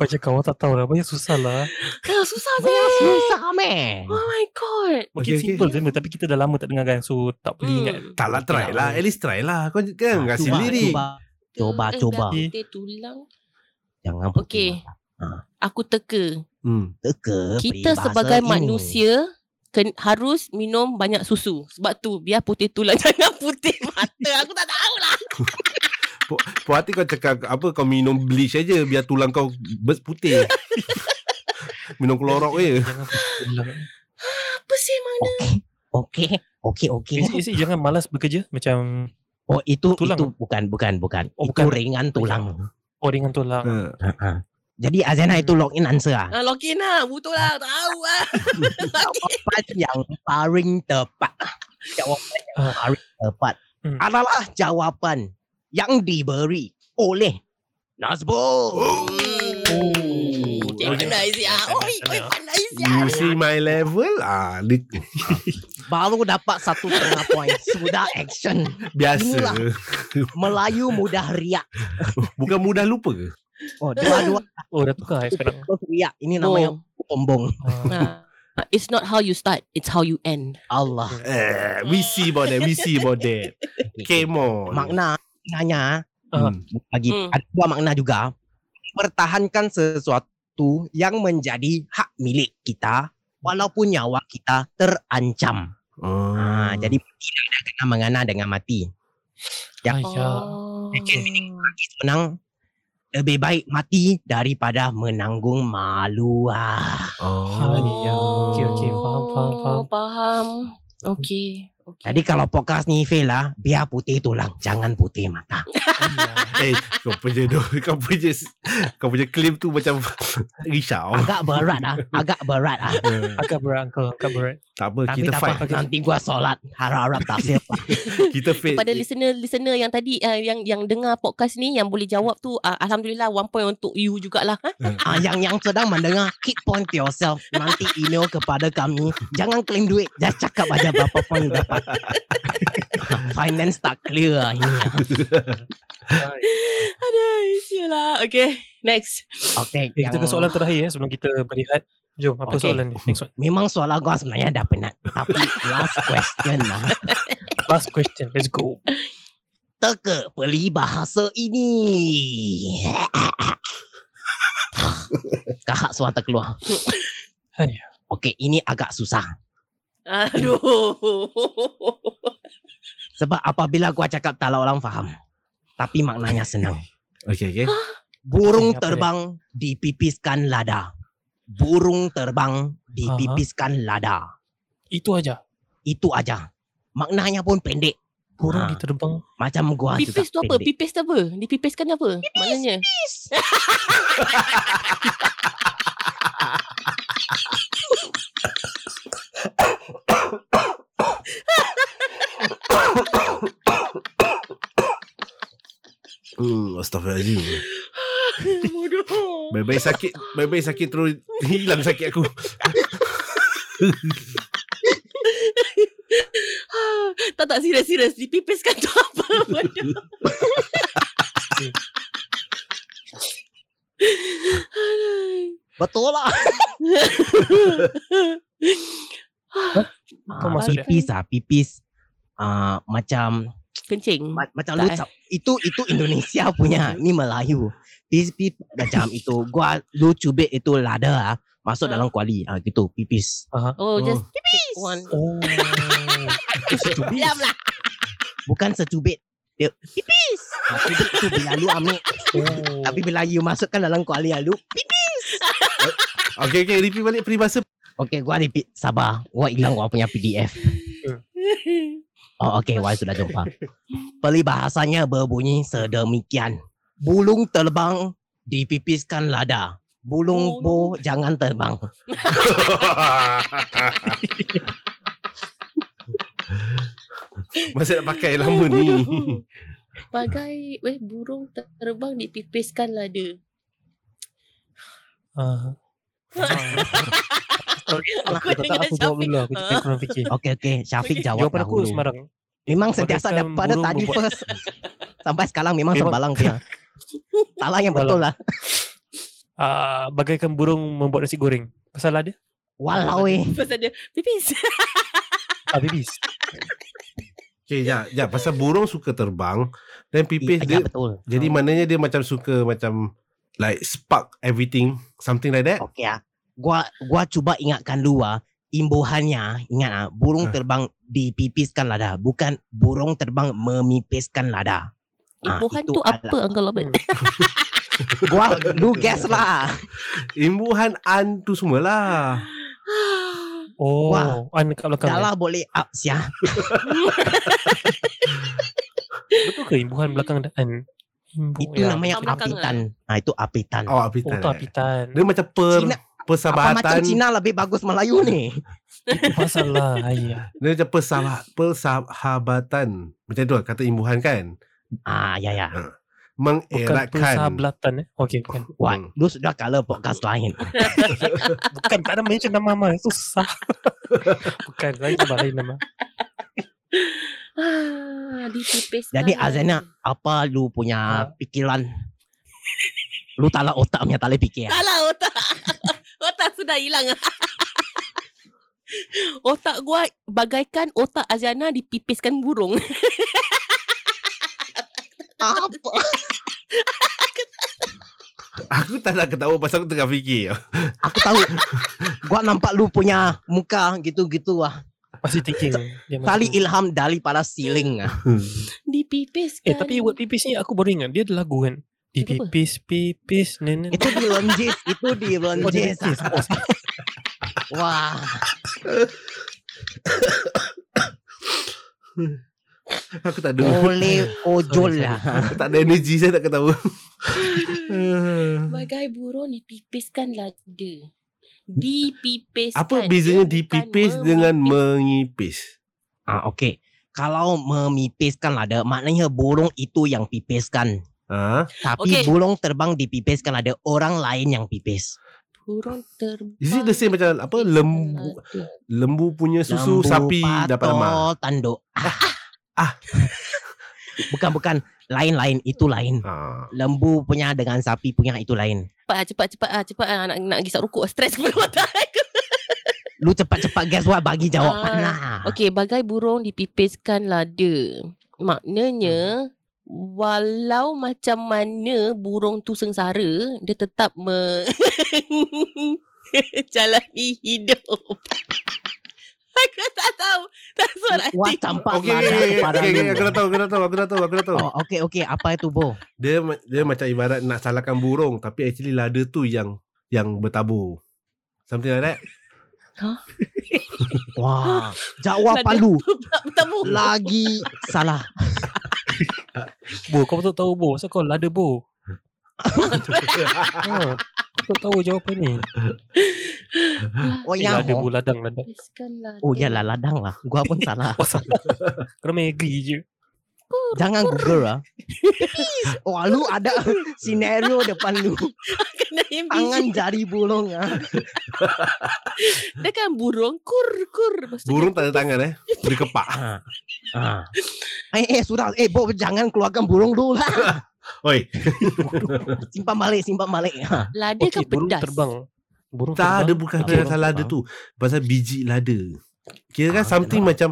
Speaker 4: Baca kau tak tahu lah, banyak susah lah.
Speaker 5: Kau susah
Speaker 6: Wah,
Speaker 5: sih.
Speaker 6: Susah meh.
Speaker 5: Oh my god.
Speaker 4: Mungkin
Speaker 2: Okay, okay.
Speaker 4: simple okay. tapi kita dah lama tak dengar kan, so tak boleh
Speaker 5: Hmm.
Speaker 4: ingat.
Speaker 2: Tak lah try lah. At least try lah. Kau kan
Speaker 6: Ya, Ah,
Speaker 2: kasih
Speaker 6: cuba,
Speaker 2: lirik.
Speaker 6: Cuba. Coba,
Speaker 5: Eh,
Speaker 6: coba.
Speaker 5: biar Putih tulang.
Speaker 6: Jangan
Speaker 5: Okey.
Speaker 6: putih Ah.
Speaker 5: Aku teka.
Speaker 2: Hmm.
Speaker 6: Teka
Speaker 5: kita
Speaker 6: peribahasa
Speaker 5: sebagai
Speaker 6: ini.
Speaker 5: manusia ken, harus minum banyak susu. Sebab tu biar putih tulang jangan putih mata. Aku tak tahu lah.
Speaker 2: Puas hati kau cakap apa kau minum bleach aja biar tulang kau bes- putih. minum klorok je.
Speaker 4: Jangan putih tulang.
Speaker 5: Apa sih mak?
Speaker 6: Okey. Okey. Okey, okey.
Speaker 4: Is, is, jangan malas bekerja macam
Speaker 6: Oh, itu
Speaker 4: Tulang.
Speaker 6: itu bukan bukan bukan.
Speaker 4: Oh,
Speaker 6: itu
Speaker 4: bukan.
Speaker 6: ringan tulang.
Speaker 4: oh dengan tulang.
Speaker 2: Ha.
Speaker 6: Ha, ha. Jadi Azana itu login answer ah.
Speaker 5: Ah, login lah. Butuh lah. Tak tahu lah.
Speaker 6: Jawapan yang paling tepat. Jawapan yang
Speaker 4: Ah.
Speaker 6: paling tepat
Speaker 4: Hmm.
Speaker 6: adalah jawapan yang diberi oleh Nazbul.
Speaker 5: Hmm. Okay,
Speaker 2: Oh,
Speaker 5: pandai siap. Oi, oi, pandai ah. siap.
Speaker 2: You see my level? Ah, li-
Speaker 6: Baru dapat satu tengah point. Sudah action.
Speaker 2: biasa.
Speaker 6: Inilah. Melayu mudah riak.
Speaker 2: Bukan mudah lupa ke?
Speaker 6: Oh, dua-dua
Speaker 4: Oh dah tukar eh sekarang.
Speaker 6: terus riak. Ini namanya
Speaker 5: Oh.
Speaker 6: pombong.
Speaker 4: Ah,
Speaker 5: Ah. It's not how you start, it's how you end.
Speaker 4: Oh,
Speaker 6: Allah.
Speaker 2: Eh, we see about that. We see about that. Come on.
Speaker 6: Makna nanya
Speaker 4: ah,
Speaker 2: Hmm.
Speaker 6: bagi
Speaker 5: Hmm.
Speaker 6: ada dua makna juga. Pertahankan sesuatu yang menjadi hak milik kita walaupun nyawa kita terancam.
Speaker 2: Oh.
Speaker 6: Ah, jadi tidak ada kena mengena dengan mati.
Speaker 5: Ya.
Speaker 6: Oh.
Speaker 4: Ayah.
Speaker 5: Oh.
Speaker 6: Second Senang lebih baik mati daripada menanggung malu ah.
Speaker 2: Oh.
Speaker 5: Ya. Oh,
Speaker 4: Ayah. Okey okey faham faham faham.
Speaker 5: Faham. Okay. Okay.
Speaker 6: Jadi kalau podcast ni fail lah, biar putih tulang, jangan putih mata.
Speaker 2: Eh kau punya do- Kau punya Kau punya claim tu macam Risau
Speaker 4: Oh.
Speaker 6: Agak berat ah, agak berat ah.
Speaker 2: Eh,
Speaker 4: Agak berat uncle, agak berat.
Speaker 2: Tak apa
Speaker 6: Tapi
Speaker 2: Kita
Speaker 6: tak
Speaker 2: fight
Speaker 6: apa, nanti gua solat harap-harap tafsir.
Speaker 2: Kita fail
Speaker 5: Pada listener listener yang tadi uh, yang yang dengar podcast ni yang boleh jawab tu uh, alhamdulillah one point untuk you jugalah. Ha?
Speaker 6: ah, yang yang sedang mendengar, keep point to yourself. Nanti email kepada kami. Jangan claim duit, just cakap aja berapa point you dapat. Finance tak clear ah ini.
Speaker 5: Aduh, sialah. Okay, next.
Speaker 6: Okay,
Speaker 4: Okay, kita ke soalan terakhir ya sebelum kita berehat. Jom, apa
Speaker 6: Okay.
Speaker 4: soalan ni? Next one.
Speaker 6: Memang soalan gua sebenarnya dah penat. Tapi last question lah.
Speaker 4: Last question. Let's go.
Speaker 6: teka beli bahasa ini. Kahak suara terkeluar.
Speaker 4: Hai.
Speaker 6: Okey, ini agak susah.
Speaker 5: Aduh.
Speaker 6: Sebab apabila gua cakap tak lah orang faham. Tapi maknanya senang.
Speaker 2: Okay okay
Speaker 6: Burung
Speaker 4: Okey, apa dia?
Speaker 6: terbang dipipiskan lada. Burung terbang dipipiskan lada.
Speaker 4: Itu aja.
Speaker 6: Itu aja. Maknanya pun pendek.
Speaker 4: Burung
Speaker 6: Ha.
Speaker 4: diterbang.
Speaker 6: Macam gua juga.
Speaker 5: Pipis tu apa?
Speaker 6: pendek.
Speaker 5: Pipis tu apa? Dipipiskan apa? Maknanya.
Speaker 2: Hmm, Astaghfirullahaladzim
Speaker 5: Bodoh.
Speaker 2: Baik-baik sakit Baik-baik sakit terus Hilang sakit aku
Speaker 5: tak tak serius serius dipipiskan tu apa benda?
Speaker 6: Betul lah.
Speaker 4: Apa
Speaker 6: Ah,
Speaker 4: maksud dia?
Speaker 6: pipis ah, pipis. Ah, macam
Speaker 5: Kencing.
Speaker 6: Ma- macam
Speaker 5: Tak
Speaker 6: lu
Speaker 5: eh.
Speaker 6: cap- itu itu Indonesia punya ni Melayu pipis pip macam itu gua lu cubit itu lada ah masuk
Speaker 5: Ah.
Speaker 6: dalam kuali ah gitu pipis
Speaker 5: Oh, just pipis. One.
Speaker 4: Oh.
Speaker 6: diam lah bukan secubit dia pipis Ah, cubit tu bila lu ambil
Speaker 4: oh.
Speaker 6: tapi bila you masukkan dalam kuali ah, lu
Speaker 2: Okay okay Repeat balik peribahasa
Speaker 6: okey gua repeat sabar gua hilang gua punya PDF Oh okey Wan sudah jumpa Peribahasanya berbunyi sedemikian Bulung terbang dipipiskan lada Bulung bo jangan terbang
Speaker 2: Masih nak pakai lama ni
Speaker 5: Bagai eh, burung terbang dipipiskan lah lada.
Speaker 4: Ah. Aku tak tak aku jawab dulu lah. aku tak kurang fikir.
Speaker 6: Okey okey Syafiq Ah. jawab lah
Speaker 4: Jawapan aku
Speaker 6: dahulu
Speaker 4: sembarang.
Speaker 6: Memang sentiasa
Speaker 4: Bagaikan
Speaker 6: daripada
Speaker 4: burung
Speaker 6: tadi
Speaker 4: membuat-
Speaker 6: first Sampai sekarang memang
Speaker 4: Memang-
Speaker 6: sembalang dia Salah yang betul lah
Speaker 4: Ah, bagaikan burung membuat nasi goreng. Pasal ada?
Speaker 6: Walau eh
Speaker 5: Pasal dia pipis.
Speaker 4: Ah, bibis.
Speaker 2: Okay jap, jap Pasal burung suka terbang Dan pipis dia
Speaker 6: Ya betul
Speaker 2: Jadi maknanya dia macam suka Macam Like spark everything Something like that
Speaker 6: Okey ah. Gua gua cuba ingatkan lu ah. Imbuhannya ingat ah
Speaker 4: Hmm.
Speaker 6: burung
Speaker 2: Ah.
Speaker 6: terbang dipipiskan lada bukan burung terbang memipiskan lada. Ah,
Speaker 5: Ibuhan
Speaker 6: itu
Speaker 5: Eh, tu
Speaker 6: alat. Hmm.
Speaker 5: apa Uncle Robert?
Speaker 6: Gua lu guess lah.
Speaker 2: Imbuhan an tu semualah
Speaker 4: Oh,
Speaker 6: Wah.
Speaker 4: an kat belakang.
Speaker 6: Kalau lah boleh up sia.
Speaker 4: eh. Betul ke imbuhan belakang dan an? Imbu-
Speaker 6: Itu
Speaker 4: ya,
Speaker 6: namanya
Speaker 5: belakang
Speaker 6: apitan. Ah itu apitan.
Speaker 2: Oh
Speaker 4: Oh,
Speaker 2: apitan
Speaker 4: tu apitan.
Speaker 2: Dia macam per
Speaker 6: Cina- Apa macam
Speaker 2: Persahabatan
Speaker 6: Cina lebih bagus Melayu ni?
Speaker 4: Itu pasal lah. Ayah.
Speaker 2: Dia macam persah- persahabatan Macam tu lah Kata imbuhan kan
Speaker 6: Ah ya ya.
Speaker 4: Bukan
Speaker 2: Mengeratkan
Speaker 4: persahabatan eh. Okey, bukan.
Speaker 6: Wah,
Speaker 2: Hmm.
Speaker 6: lu sudah color podcast lain.
Speaker 4: Bukan, tak ada mention nama mama. eh? Susah. bukan, lain nama, lain nama.
Speaker 5: Ah, dipipiskan.
Speaker 6: Jadi
Speaker 5: lada.
Speaker 6: Azana, apa
Speaker 4: Ah.
Speaker 6: lu punya pikiran? Lu tak lah otak punya tak boleh fikir. ah?
Speaker 5: Alah lah, otak. otak sudah hilang. otak gua bagaikan otak Aziana dipipiskan burung.
Speaker 6: Apa?
Speaker 2: Aku tak nak ketawa Pasal aku tengah fikir
Speaker 6: Aku tahu Gua nampak lu punya muka gitu-gitu lah
Speaker 4: Masih thinking. Dia masih
Speaker 6: Tali
Speaker 4: thinking.
Speaker 6: ilham daripada siling lah
Speaker 5: dipipiskan.
Speaker 4: Eh tapi word pipis ni aku baru ingat Dia ada lagu kan
Speaker 5: Lagu apa?
Speaker 4: Dipipis pipis Oh, nenen
Speaker 6: Itu di lenjis Itu di lenjis Wah
Speaker 2: Aku tak ada
Speaker 6: Oleh ojol
Speaker 4: Sorry, sorry.
Speaker 6: lah.
Speaker 2: Aku tak ada energy Saya nak ketawa
Speaker 5: Bagai burung dipipiskan lada. Dipipiskan.
Speaker 2: Apa bezanya
Speaker 5: Dia
Speaker 2: dipipis
Speaker 5: bukan
Speaker 2: Dengan
Speaker 5: memipis.
Speaker 2: mengipis
Speaker 6: Ah, okay. Kalau memipiskan lada, maknanya burung itu yang pipiskan.
Speaker 2: Ah,
Speaker 5: Okay.
Speaker 6: Tapi burung terbang dipipiskan lada orang lain yang pipis.
Speaker 5: Burung terbang.
Speaker 2: Is it the same macam Apa
Speaker 5: dipipiskan
Speaker 2: Lembu
Speaker 5: lada.
Speaker 2: Lembu punya susu Sapi dapat lemak
Speaker 6: patol, tanduk. Ah.
Speaker 2: Ah.
Speaker 6: bukan bukan lain-lain itu lain.
Speaker 2: ah.
Speaker 6: Lembu punya dengan sapi punya itu lain.
Speaker 5: Cepat ah, cepat cepat ah, cepat ah, nak nak gisap rokok ah, stres kepala otak.
Speaker 6: Lu cepat-cepat guess what bagi jawapan
Speaker 5: Ah,
Speaker 6: lah.
Speaker 5: Okey, bagai burung dipipiskan lada. Maknanya walau macam mana burung tu sengsara, dia tetap me jalani hidup. Aku tak tahu. Tak suara
Speaker 6: Wah
Speaker 5: hati.
Speaker 6: campak
Speaker 2: Okay,
Speaker 6: lada
Speaker 2: okay, okay,
Speaker 6: pada
Speaker 2: okay, okay,
Speaker 6: lu.
Speaker 2: aku dah tahu, aku dah tahu, aku dah tahu, aku dah tahu.
Speaker 6: Oh, okay, okay. Apa itu, Bo?
Speaker 2: Dia ma- dia macam ibarat nak salahkan burung tapi actually lada tu yang yang bertabur. Something like that.
Speaker 6: Wah, jawapan lu
Speaker 5: Bertemu.
Speaker 6: lagi salah.
Speaker 4: Bo, kau patut tahu Bo. Pasal kau lada Bo. oh, kau patut tahu jawapan ni.
Speaker 6: Oh,
Speaker 4: Eh,
Speaker 6: ya.
Speaker 4: lada Bo,
Speaker 6: Oh,
Speaker 4: ladang, ladang.
Speaker 5: Pipiskan lada.
Speaker 6: oh yalah, ladang lah. Gua pun salah.
Speaker 4: Kau main agree je.
Speaker 6: Jangan Google lah. Wah, lu ada scenario depan lu.
Speaker 5: Kena yang
Speaker 6: Tangan
Speaker 5: biji.
Speaker 6: jari bolong ah.
Speaker 5: Dia kan burung kur kur. Lepas tu
Speaker 2: Burung tak ada tangan eh. Dia kepak.
Speaker 6: Ah. Eh, eh sudah. Eh, Bob jangan keluarkan burung dulu lah.
Speaker 2: Oi,
Speaker 6: Simpan balik, simpan balik. Ha.
Speaker 5: Lada
Speaker 4: Okey,
Speaker 5: kan
Speaker 4: burung
Speaker 5: pedas.
Speaker 4: terbang. Burung
Speaker 2: tak ada
Speaker 4: terbang.
Speaker 2: bukan
Speaker 4: Burung
Speaker 2: pasal lada
Speaker 4: terbang.
Speaker 2: tu. Pasal biji lada. Kira kan
Speaker 6: Ah,
Speaker 2: something
Speaker 6: yalah.
Speaker 2: macam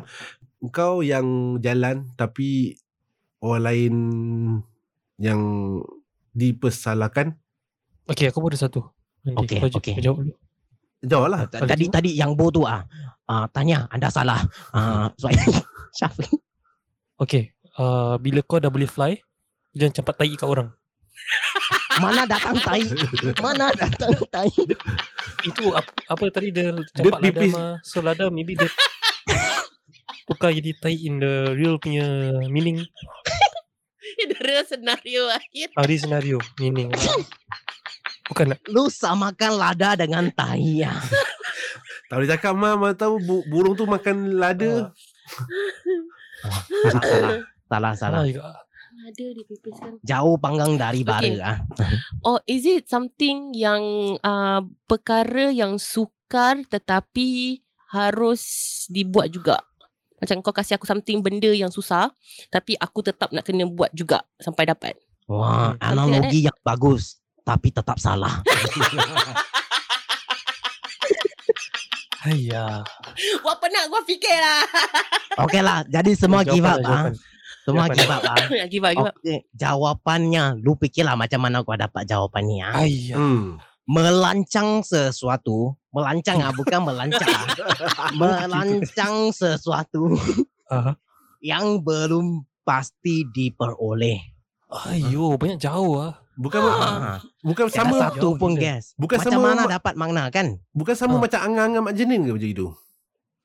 Speaker 2: kau yang jalan tapi orang lain yang dipersalahkan.
Speaker 4: Okey, aku pun ada satu. Nanti
Speaker 6: Okey,
Speaker 4: kau je-
Speaker 6: okey.
Speaker 4: kau Jawab dulu.
Speaker 2: Jauh lah.
Speaker 6: Ah, Tadi tadi yang Bo tu ah. ah tanya anda salah. Ah, saya Syafiq.
Speaker 4: Okey, ah, bila kau dah boleh fly, jangan campak tai kat orang.
Speaker 6: Mana datang tai? Mana datang tai?
Speaker 4: Itu apa, apa tadi dia
Speaker 2: Dia
Speaker 4: campak lada
Speaker 2: pipis.
Speaker 4: mah. So lada maybe dia tukar jadi tai in the real punya meaning.
Speaker 5: Dia real senario akhir.
Speaker 4: Hari senario uh, meaning. Bukan nak
Speaker 6: Lu samakan lada dengan tai ah.
Speaker 2: Tak boleh cakap mah, mana tahu bu- burung tu makan lada.
Speaker 6: Salah, salah. Salah, salah.
Speaker 4: salah juga.
Speaker 5: Lada dipipiskan
Speaker 6: Jauh panggang dari bara
Speaker 5: Okey.
Speaker 6: ah.
Speaker 5: Or is it something yang uh, perkara yang sukar tetapi harus dibuat juga? Macam kau kasih aku something benda yang susah tapi aku tetap nak kena buat juga sampai dapat.
Speaker 4: Something
Speaker 6: Wah, analogi yang bagus tapi tetap salah.
Speaker 4: Ayah.
Speaker 5: Gua penat gua fikir lah.
Speaker 6: Okey lah, jadi semua give up
Speaker 2: lah,
Speaker 6: ah. Semua
Speaker 4: Jawapan.
Speaker 6: give up ah.
Speaker 5: give up, give up.
Speaker 6: Okey, jawapannya lu fikirlah macam mana kau dapat jawapan ni ah.
Speaker 4: Ayah.
Speaker 2: Hmm.
Speaker 6: melancang sesuatu melancang ah bukan melancang ah. melancang sesuatu
Speaker 4: Aha.
Speaker 6: yang belum pasti diperoleh
Speaker 4: Ayo, banyak jauh ah.
Speaker 2: Bukan ma-
Speaker 6: ah,
Speaker 2: bukan
Speaker 6: sama
Speaker 2: sama
Speaker 6: satu
Speaker 4: Jauh
Speaker 6: pun
Speaker 4: je.
Speaker 6: guys
Speaker 2: bukan
Speaker 6: macam
Speaker 2: sama
Speaker 6: mana
Speaker 2: ma-
Speaker 6: dapat makna kan
Speaker 2: bukan sama
Speaker 4: Ah.
Speaker 2: macam angang-angang mak jenin ke macam itu.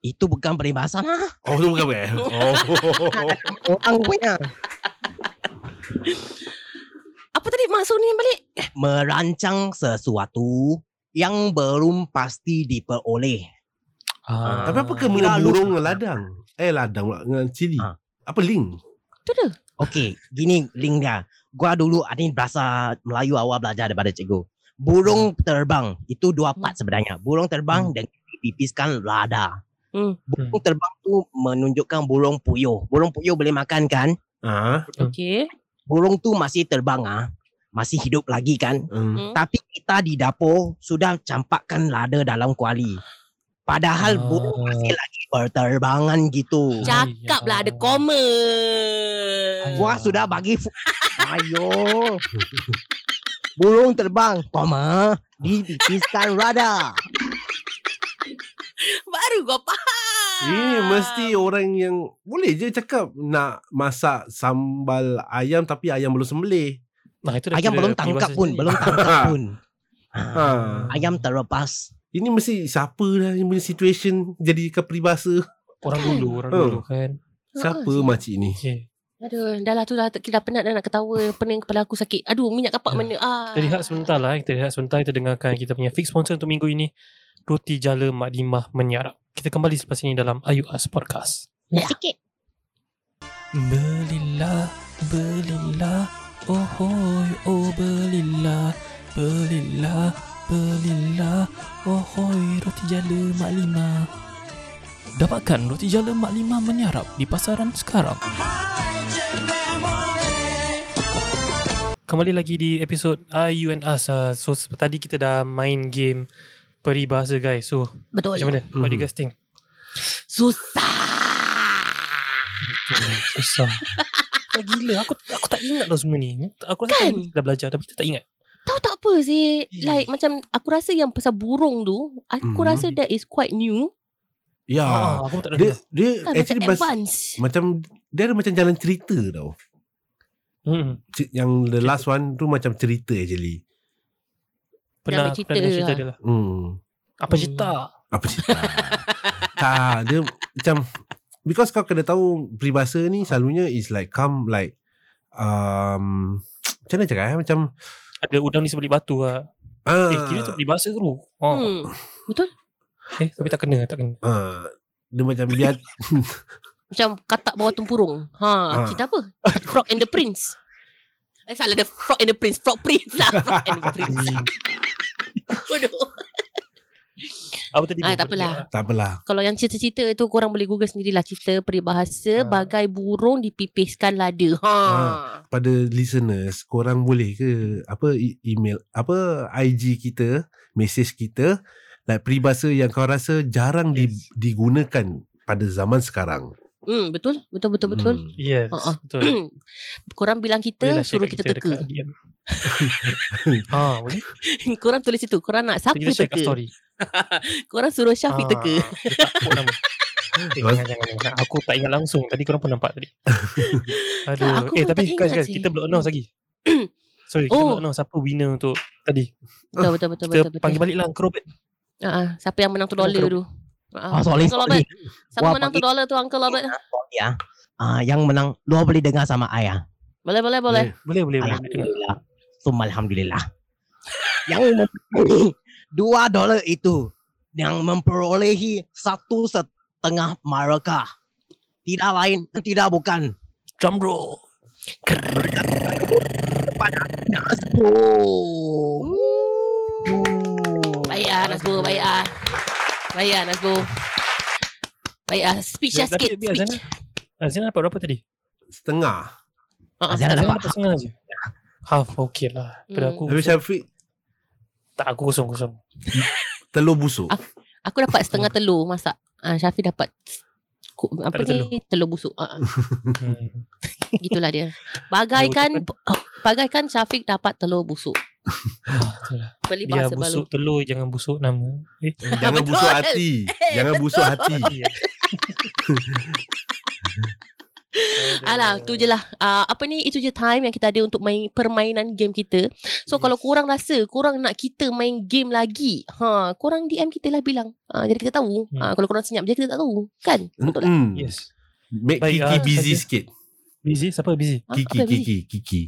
Speaker 6: itu bukan peribahasa lah
Speaker 2: Oh tu bukan eh. Oh.
Speaker 6: orang punya
Speaker 5: Apa tadi maksud ni balik?
Speaker 6: merancang sesuatu yang belum pasti diperoleh
Speaker 4: Ah.
Speaker 2: Tapi apa kena
Speaker 6: Lalu.
Speaker 2: burung dengan ladang? Eh ladang pula dengan cili.
Speaker 6: Ah.
Speaker 2: Apa link?
Speaker 5: Tu dah.
Speaker 6: Okey, gini link dia. Gua dulu ada ni bahasa Melayu awal belajar daripada cikgu. Burung terbang itu dua part sebenarnya. Burung terbang dan dipipiskan lada.
Speaker 5: Hmm.
Speaker 6: Burung terbang tu menunjukkan burung puyuh. Burung puyuh boleh makan kan?
Speaker 2: Ah.
Speaker 5: Okay.
Speaker 6: Burung tu masih terbang ah. Masih hidup lagi kan?
Speaker 2: Hmm.
Speaker 6: Tapi kita di dapur sudah campakkan lada dalam kuali. Padahal burung
Speaker 4: Ah.
Speaker 6: masih lagi berterbangan gitu.
Speaker 4: Ja-
Speaker 5: Cakap lah
Speaker 4: ya
Speaker 5: ada koma.
Speaker 6: Gua
Speaker 4: Ah.
Speaker 6: sudah bagi fu- Ayo Burung terbang Koma Dipipiskan rada
Speaker 5: Baru gua faham.
Speaker 2: Ini mesti
Speaker 5: Ah.
Speaker 2: orang yang boleh je cakap nak masak sambal ayam tapi ayam belum sembelih.
Speaker 4: Nah, itu dah
Speaker 6: Ayam
Speaker 4: kira
Speaker 6: belum
Speaker 4: peribahasa
Speaker 6: tangkap pun
Speaker 4: sendiri.
Speaker 6: Belum tangkap pun
Speaker 2: Ha.
Speaker 5: Ah.
Speaker 6: Ayam terlepas
Speaker 2: Ini mesti siapa dah yang punya situation jadi peribahasa.
Speaker 4: Orang dulu, orang
Speaker 2: Oh.
Speaker 4: dulu kan.
Speaker 2: Siapa
Speaker 5: siapa?
Speaker 2: makcik ni?
Speaker 4: Okay.
Speaker 5: Aduh, dah lah tu lah. Dah penat dah nak ketawa. Pening kepala aku sakit. Aduh, minyak kapak
Speaker 4: Ya.
Speaker 5: mana? Ah.
Speaker 4: Kita rehat sebentar lah. eh. Kita rehat sebentar. Kita dengarkan kita punya fix sponsor untuk minggu ini. Roti Jala Mak Limah Menyarap. Kita kembali selepas ini dalam Ayu As Podcast.
Speaker 5: Ya.
Speaker 3: Sikit.
Speaker 4: Belilah, belilah, oh hoi, oh belilah, belilah, belilah, oh hoi, roti jala Mak Lima. Dapatkan roti jala Mak Lima menyarap di pasaran sekarang. Kembali lagi di episod Ayu and Us. Uh, so, se- tadi kita dah main game peribahasa guys. So,
Speaker 5: Betul.
Speaker 4: macam mana? What do you guys think?
Speaker 5: Susah.
Speaker 4: Susah. Tak gila. Aku aku tak ingat dah semua ni. Aku rasa
Speaker 5: Kan?
Speaker 4: kan? kita dah belajar tapi kita tak ingat.
Speaker 5: Tahu tak apa sih
Speaker 4: Hmm.
Speaker 5: Like macam Aku rasa yang pasal burung tu
Speaker 2: Mhm.
Speaker 5: Aku rasa that is quite new
Speaker 2: Ya.
Speaker 4: Ah, aku tak
Speaker 2: Dia
Speaker 4: dengar.
Speaker 2: dia
Speaker 5: kan, Macam
Speaker 2: actually mas,
Speaker 5: advance
Speaker 2: macam dia ada macam jalan cerita tau.
Speaker 4: Hmm.
Speaker 2: C- yang the last one tu macam cerita actually.
Speaker 4: Pernah
Speaker 5: Dah
Speaker 4: aku
Speaker 5: bercerita
Speaker 4: pernah dengar cerita
Speaker 5: lah.
Speaker 4: dia lah.
Speaker 2: Hmm.
Speaker 4: Apa cerita?
Speaker 2: Apa cerita? tak, dia macam because kau kena tahu peribahasa ni selalunya is like come like um macam mana cakap eh? macam
Speaker 4: Ada udang di sebalik batu lah.
Speaker 2: ah,
Speaker 4: Eh, kira tu peribahasa tu. Oh.
Speaker 5: hmm.
Speaker 4: Eh, tapi tak kena, tak kena.
Speaker 2: ah, dia macam biar
Speaker 5: Macam katak bawah tempurung
Speaker 2: Ah.
Speaker 5: ha, Cerita apa Frog and the Prince Eh salah The Frog and the Prince Frog Prince lah Frog and the Prince
Speaker 4: Hmm.
Speaker 5: Bodoh
Speaker 4: Apa tadi?
Speaker 5: Ah,
Speaker 4: Apa
Speaker 5: tak
Speaker 4: tadi?
Speaker 5: apalah.
Speaker 2: tak apalah.
Speaker 5: Kalau yang cerita-cerita tu Korang boleh google sendirilah Cerita peribahasa
Speaker 4: Ah.
Speaker 5: Bagai burung dipipiskan lada ha.
Speaker 2: Pada listeners, korang boleh ke apa e- email apa IG kita, message kita like peribahasa yang kau rasa jarang yes.
Speaker 4: Yes.
Speaker 2: di, digunakan pada zaman sekarang.
Speaker 5: hmm, Betul Betul-betul betul.
Speaker 2: Hmm.
Speaker 4: Yes,
Speaker 5: Ah, ah.
Speaker 4: betul.
Speaker 5: Korang bilang kita
Speaker 4: Bolehlah
Speaker 5: Suruh
Speaker 4: Hmm. lah share kat
Speaker 5: kita teka
Speaker 4: dekat DM. ah, boleh.
Speaker 5: Korang tulis itu Korang nak siapa
Speaker 4: Kita share kat
Speaker 5: teka
Speaker 4: story.
Speaker 5: Korang suruh Syafiq
Speaker 4: Ah,
Speaker 5: teka
Speaker 4: letak quote nama. Eh, jangan, jangan, jangan. Aku tak ingat langsung. Tadi korang pun nampak tadi. Aduh.
Speaker 5: Tak, aku
Speaker 4: eh,
Speaker 5: pun
Speaker 4: tapi
Speaker 5: tak ingat
Speaker 4: guys, guys,
Speaker 5: sih.
Speaker 4: kita belum announce lagi. Sorry, kita
Speaker 5: Oh.
Speaker 4: belum announce siapa winner untuk tadi.
Speaker 5: Betul betul betul
Speaker 4: Kita
Speaker 5: betul. betul.
Speaker 4: panggil balik lah Kerobet.
Speaker 5: Ah, ah, siapa yang menang tu dollar tu? Ah,
Speaker 6: Ah, sorry,
Speaker 5: Uncle
Speaker 6: sorry.
Speaker 5: Robert. Siapa
Speaker 6: Wah,
Speaker 5: menang tu
Speaker 6: panggil-
Speaker 5: dollar tu Uncle Robert?
Speaker 6: Ya. Ah, yang menang lu boleh dengar sama ayah.
Speaker 5: Boleh boleh boleh.
Speaker 4: Boleh, boleh,
Speaker 5: Ah,
Speaker 4: boleh.
Speaker 6: Alhamdulillah. Summa alhamdulillah. yang memperoleh dua dolar itu yang memperolehi satu setengah markah. Tidak lain, tidak bukan.
Speaker 4: Drum roll.
Speaker 6: Nasrul.
Speaker 5: Baik ah Nasbo, baik ah. Baik ah Nasbo. Baik ah, speech lah sikit.
Speaker 4: Tapi Azana,
Speaker 5: Speech.
Speaker 4: Azana dapat berapa tadi?
Speaker 2: Setengah.
Speaker 5: Ah, ah.
Speaker 4: Azana
Speaker 6: Azana dapat
Speaker 4: eh? dapat setengah je. Half okay lah. Pada
Speaker 5: Hmm.
Speaker 4: aku,
Speaker 2: Habis Syafiq
Speaker 4: tak aku kosong-kosong.
Speaker 2: telur busuk.
Speaker 5: Ah, Aku dapat setengah telur masak. Ah, Syafiq dapat ku- apa
Speaker 4: ada
Speaker 5: ni telur busuk Ah, ah,
Speaker 4: Hmm.
Speaker 5: gitulah dia bagaikan bagaikan Syafiq dapat telur busuk
Speaker 4: Ah, betul lah.
Speaker 5: beli
Speaker 4: Dia
Speaker 5: bahasa baru
Speaker 4: busuk telur, jangan busuk nama. Eh,
Speaker 2: Jangan
Speaker 5: Betul.
Speaker 2: busuk hati. Jangan busuk hati.
Speaker 4: iya.
Speaker 5: Alah tu je lah uh, Apa ni itu je time yang kita ada Untuk main permainan game kita So yes. kalau korang rasa Korang nak kita main game lagi ha, Korang DM kita lah bilang ha, Jadi kita tahu
Speaker 4: Hmm.
Speaker 5: hmm. ha, Kalau korang senyap je kita tak tahu Kan Betul tak
Speaker 2: Mm.
Speaker 4: Yes.
Speaker 2: Make
Speaker 4: Baik,
Speaker 2: Kiki
Speaker 4: ah,
Speaker 2: busy
Speaker 4: saja.
Speaker 2: sikit.
Speaker 4: Busy? Siapa busy?
Speaker 5: ha,
Speaker 2: Kiki,
Speaker 5: apa yang
Speaker 2: Kiki, Kiki.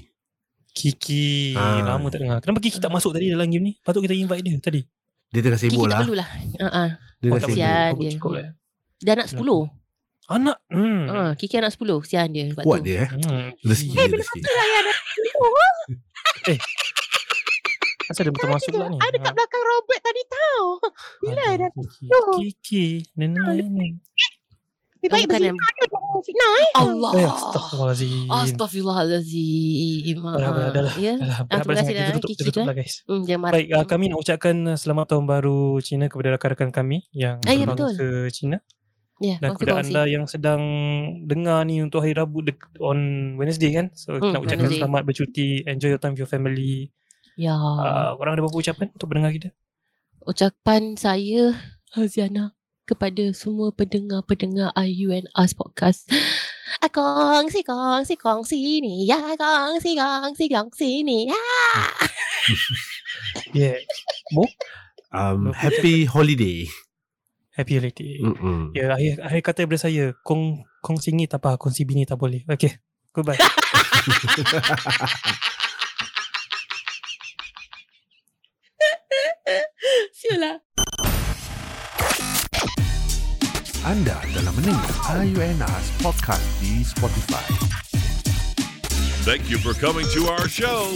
Speaker 4: Kiki
Speaker 2: Ah.
Speaker 4: Lama tak dengar Kenapa Kiki tak masuk tadi dalam game ni Patut kita invite dia tadi
Speaker 2: Dia tengah
Speaker 5: Kiki
Speaker 2: sibuk lah.
Speaker 5: tak perlulah ha, ha.
Speaker 2: Dia
Speaker 4: Oh,
Speaker 2: tengah
Speaker 4: tak
Speaker 2: sibuk.
Speaker 5: Kesian
Speaker 4: Aku
Speaker 5: dia.
Speaker 4: cukup lah.
Speaker 5: Dia anak 10
Speaker 4: Anak hmm.
Speaker 5: ha, Kiki anak 10 Sian dia sebab
Speaker 2: Kuat
Speaker 5: tu.
Speaker 2: dia eh.
Speaker 4: hmm.
Speaker 2: Rezeki dia Um, rezeki.
Speaker 4: Asal dia betul masuk pula ni
Speaker 3: Ada kat belakang Robert tadi tau.
Speaker 4: Bila
Speaker 3: dah
Speaker 4: Kiki Kiki Nenek
Speaker 3: Lebih baik
Speaker 5: Oh, bukan
Speaker 3: bersih
Speaker 5: yang-
Speaker 3: kau dong fitnah eh.
Speaker 5: Allah
Speaker 4: Eh Astagfirullahaladzim
Speaker 5: Ah, Astaghfirullahalazim
Speaker 4: Dah lah, dah lah.
Speaker 5: Ya
Speaker 4: Alah,
Speaker 5: Ah,
Speaker 4: berapa
Speaker 5: terima
Speaker 4: sangat
Speaker 5: kasih
Speaker 4: kita
Speaker 5: dah,
Speaker 4: tutup, kita
Speaker 5: Kiki
Speaker 4: tutup
Speaker 5: tu,
Speaker 4: lah guys
Speaker 5: Hmm, jangan marah
Speaker 4: Baik, uh, kami nak ucapkan uh, selamat tahun baru Cina kepada rakan-rakan kami yang
Speaker 5: Ah, ya,
Speaker 4: berbangsa Cina
Speaker 5: Ya,
Speaker 4: dan kepada
Speaker 5: kongsi-kongsi.
Speaker 4: anda yang sedang dengar ni untuk hari Rabu dek- on Wednesday kan. So
Speaker 5: Hmm,
Speaker 4: hmm, nak ucapkan
Speaker 5: Wednesday.
Speaker 4: selamat bercuti, enjoy your time with your family.
Speaker 5: Ya
Speaker 4: Uh, orang ada berapa ucapan untuk pendengar kita?
Speaker 5: ucapan saya Haziana kepada semua pendengar-pendengar IU and Us podcast. Ah, Kongsi, kongsi, kongsi ni. Ya, kongsi, kongsi, kongsi ni. Ya.
Speaker 4: Yeah.
Speaker 2: Um, happy holiday.
Speaker 4: Happy already.
Speaker 7: Mm-mm.
Speaker 4: Ya, akhir, akhir kata daripada saya. Kong kong singi tak apa, kongsi bini tak boleh. Okay, goodbye.
Speaker 5: Sialah.
Speaker 2: Anda telah mendengar IUNR's podcast di Spotify.
Speaker 8: Thank you for coming to our show.